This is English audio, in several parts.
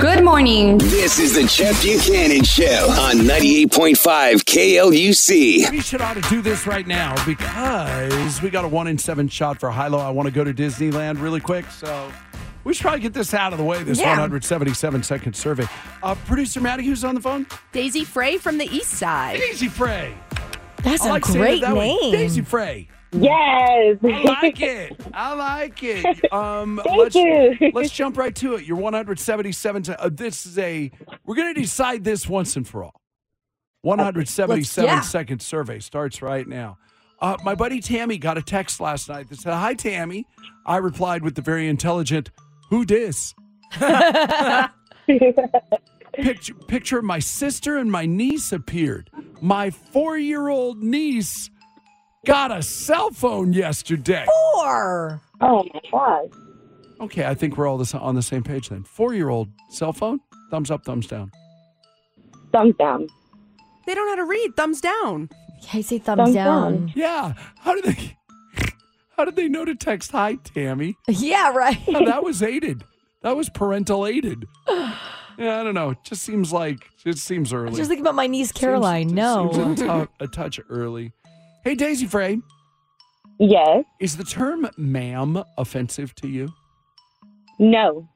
Good morning. This is the Jeff Buchanan Show on 98.5 KLUC. We should ought to do this right now because we got a one in seven shot for high low. I want to go to Disneyland really quick, so we should probably get this out of the way. This Yeah. 177 second survey. Uh, Producer Maddie, who's on the phone? Daisy Frey from the East Side. Daisy Frey. That's I a like saying it great that way. name. Daisy Frey. Yes. I like it. I like it. Um, Thank let's, you. let's jump right to it. Your 177. se- uh, this is a. We're going to decide this once and for all. 177 second yeah. survey starts right now. Uh, my buddy Tammy got a text last night that said, "Hi Tammy." I replied with the very intelligent, "Who dis?" picture, picture of my sister and my niece appeared. My four-year-old niece got a cell phone yesterday. Four. Oh my gosh. Okay, I think we're all this, on the same page then. Four year old cell phone, thumbs up, thumbs down. Thumbs down. They don't know how to read. Thumbs down. Casey, thumbs, Thumbs down. Yeah, how did they? How did they know to text hi, Tammy? Yeah, right. Oh, that was aided. That was parental aided. Yeah, I don't know. It just seems like it seems early. Just think about my niece Seems- Caroline. it no. seems a tou- a touch early. Hey, Daisy Frey, Yes. is the term "ma'am" offensive to you? No.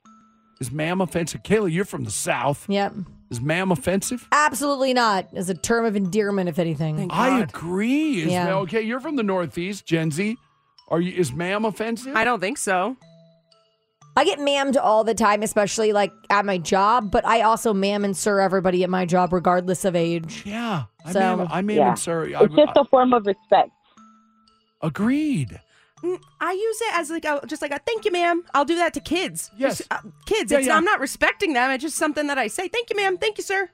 Is "ma'am" offensive? Kayla, you're from the South. Yep. Is "ma'am" offensive? Absolutely not. As a term of endearment, if anything. Thank I God. agree. Is Yeah. ma- okay, you're from the Northeast, Gen Z. Are you is ma'am offensive? I don't think so. I get mammed all the time, especially like at my job, but I also mam and sir everybody at my job, regardless of age. Yeah. I So- ma'am I ma'am Yeah. and sorry. I, It's just a form of respect. I- agreed. Mm, I use it as like a, just like a thank you, ma'am. I'll do that to kids. Yes. Just, uh, kids. Yeah, it's yeah. Not, I'm not respecting them. It's just something that I say. Thank you, ma'am. Thank you, sir.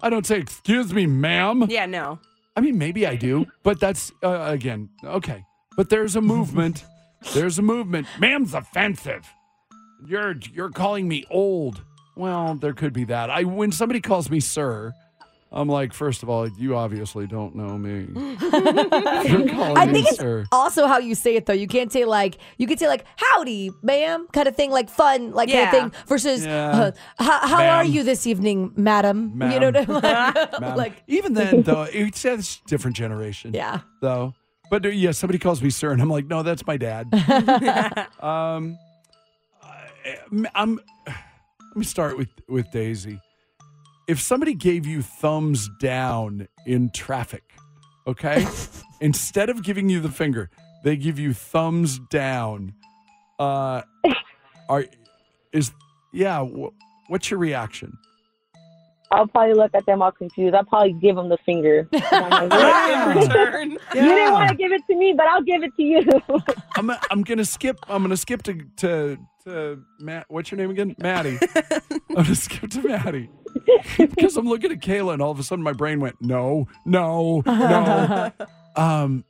I don't say excuse me, ma'am. Yeah. No. I mean maybe I do, but that's uh, again, okay. But there's a movement. there's a movement. Ma'am's offensive. You're you're calling me old. Well, there could be that. I when somebody calls me sir, I'm like, first of all, you obviously don't know me. you're calling I me think it's Oh, sir. also how you say it though. You can't say like you could say like howdy, ma'am, kind of thing, like fun, like Yeah. kind of thing. Versus Yeah. uh, "H- how are Ma'am. you this evening, madam? You know Ma'am. what I'm like? Ma'am. like even then though it says different generation yeah. though but uh, yeah somebody calls me sir and i'm like no that's my dad um I, i'm let me start with with daisy if somebody gave you thumbs down in traffic okay instead of giving you the finger they give you thumbs down uh are is yeah wh- what's your reaction I'll probably look at them all confused. I'll probably give them the finger. And I'm like, Ah. Yeah. Return. You didn't Yeah. want to give it to me, but I'll give it to you. I'm I'm gonna skip. I'm gonna skip to to to Matt. What's your name again? Maddie. I'm gonna skip to Maddie because I'm looking at Kayla, and all of a sudden my brain went no, no, no. um,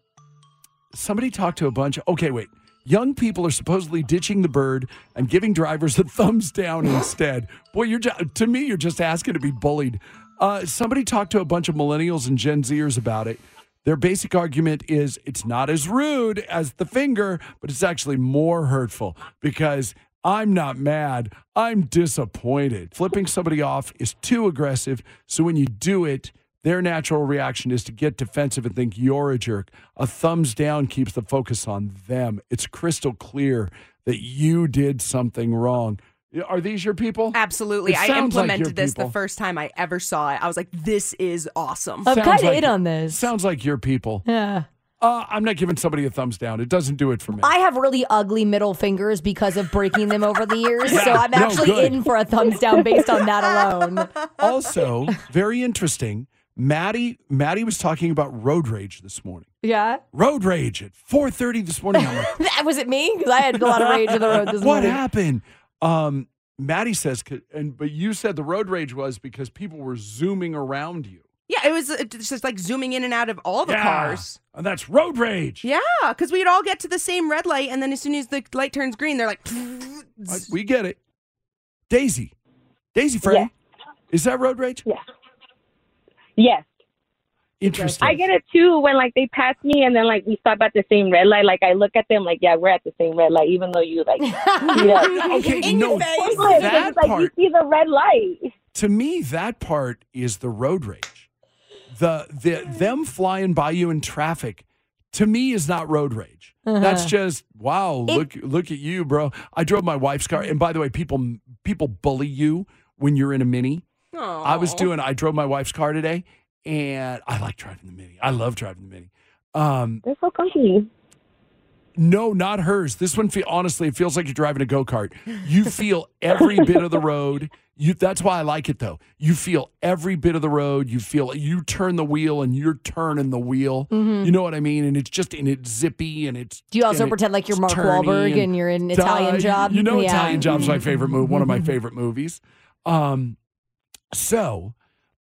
somebody talked to a bunch. Okay, wait. Young people are supposedly ditching the bird and giving drivers the thumbs down instead. Boy, you're just, to me, you're just asking to be bullied. Uh, somebody talked to a bunch of millennials and Gen Zers about it. Their basic argument is it's not as rude as the finger, but it's actually more hurtful because I'm not mad, I'm disappointed. Flipping somebody off is too aggressive. So when you do it, their natural reaction is to get defensive and think you're a jerk. A thumbs down keeps the focus on them. It's crystal clear that you did something wrong. Are these your people? Absolutely. It I sounds like your implemented this people. the first time I ever saw it. I was like, this is awesome. I'm Sounds kind of like in it. on this. Sounds like your people. yeah. Uh, I'm not giving somebody a thumbs down. It doesn't do it for me. I have really ugly middle fingers because of breaking them over the years, so I'm No, actually good. in for a thumbs down based on that alone. also, very interesting. Maddie, Maddie was talking about road rage this morning. Yeah. Road rage at 4:30 this morning. I'm like, That was it me because I had a lot of rage in the road this what morning. happened? Um, Maddie says, 'cause- and but you said the road rage was because people were zooming around you. Yeah, it was uh, it's just like zooming in and out of all the Yeah. cars. And that's road rage. Yeah, because we'd all get to the same red light, and then as soon as the light turns green, they're like, I- we get it. Daisy, Daisy friend, is that road rage? Yes. Interesting. I get it too when like they pass me and then like we stop at the same red light. Like I look at them like, yeah, we're at the same red light, even though you like. you know. Okay, no, Because that it's like you part see the red light. to me, that part is the road rage. The the them flying by you in traffic, to me, is not road rage. Uh-huh. That's just wow. look look at you, bro. I drove my wife's car, and by the way, people people bully you when you're in a mini. I was doing. I drove my wife's car today, and I like driving the mini. I love driving the mini. Um, They're so comfy. no, not hers. This one, feel, honestly, it feels like you're driving a go kart. You feel every bit of the road. You, that's why I like it though. You feel every bit of the road. You feel you turn the wheel and you're turning the wheel. You know what I mean? And it's just and it's zippy and it's. Mm-hmm. Do you also and it- pretend like you're it's Mark turny Wahlberg and you're in Italian Duh, Job? You know, Yeah. Italian Job's my favorite movie. One of my favorite movies. Um, so,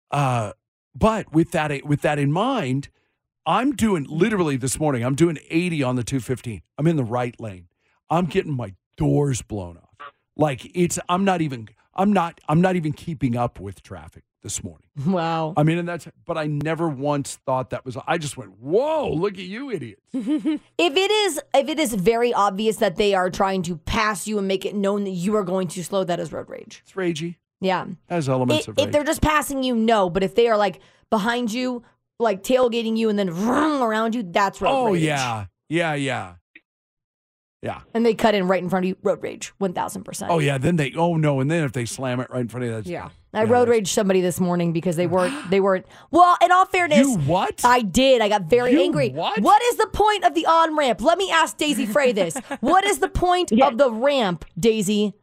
uh, but with that with that in mind, I'm doing literally this morning. I'm doing 80 on the 215. I'm in the right lane. I'm getting my doors blown off. Like it's. I'm not even. I'm not. I'm not even keeping up with traffic this morning. Wow. I mean, and that's. But I never once thought that was. I just went, "Whoa, look at you, idiots!" If it is if it is very obvious that they are trying to pass you and make it known that you are going too slow, that is road rage. It's ragey. Yeah. Has If, elements of rage. if they're just passing you, no. But if they are like behind you, like tailgating you and then vroom around you, that's road oh rage. yeah, yeah, yeah, yeah. And they cut in right in front of you, road rage, one thousand percent. Oh yeah. Then they. Oh no. And then if they slam it right in front of you, that's Yeah. I road that's- raged somebody this morning because they weren't they weren't well, in all fairness, You what? I did. I got very You angry. what? What is the point of the on ramp? Let me ask Daisy Frey this. what is the point of the ramp, Daisy?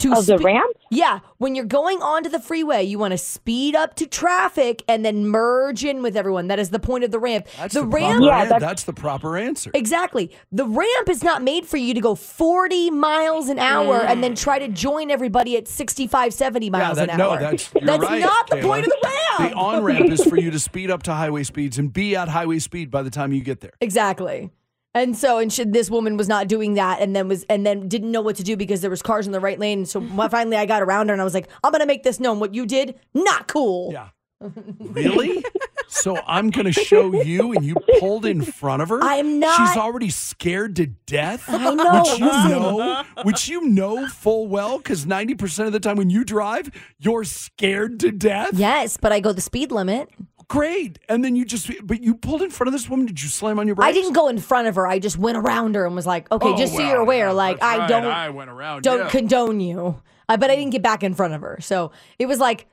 To Of Oh, the spe- ramp? Yeah, when you're going onto the freeway, you want to speed up to traffic and then merge in with everyone. That is the point of the ramp. that's the, the, ramp proper. Yeah, an- that's- that's, the proper answer. Exactly. The ramp is not made for you to go 40 miles an hour and then try to join everybody at 65, 70 Mm. yeah. miles That, an no. hour. That's you're That's right, not the Kayla. point of the ramp. The on ramp is for you to speed up to highway speeds and be at highway speed by the time you get there. Exactly. And so, and she, this woman was not doing that, and then was, and then didn't know what to do because there was cars in the right lane. So when- finally, I got around her, and I was like, "I'm gonna make this known. What you did, not cool." Yeah. Really? So I'm gonna show you, and you pulled in front of her. I'm not- She's already scared to death. I know, Which you listen. know, which you know full well, because ninety percent of the time when you drive, you're scared to death. Yes, but I go the speed limit. Great. And then you just, but you pulled in front of this woman. Did you slam on your brakes? I didn't go in front of her. I just went around her and was like, "Okay, Oh, just so you're aware, like I don't, went around. don't condone you." I, but I didn't get back in front of her, so it was like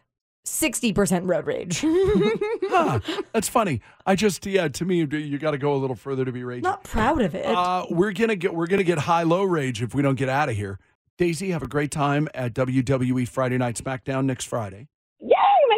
sixty percent road rage. That's funny. I just, yeah. To me, you got to go a little further to be raging. not proud of it. Uh, we're gonna get we're gonna get high low rage if we don't get out of here. Daisy, have a great time at WWE Friday Night SmackDown next Friday. Yay! My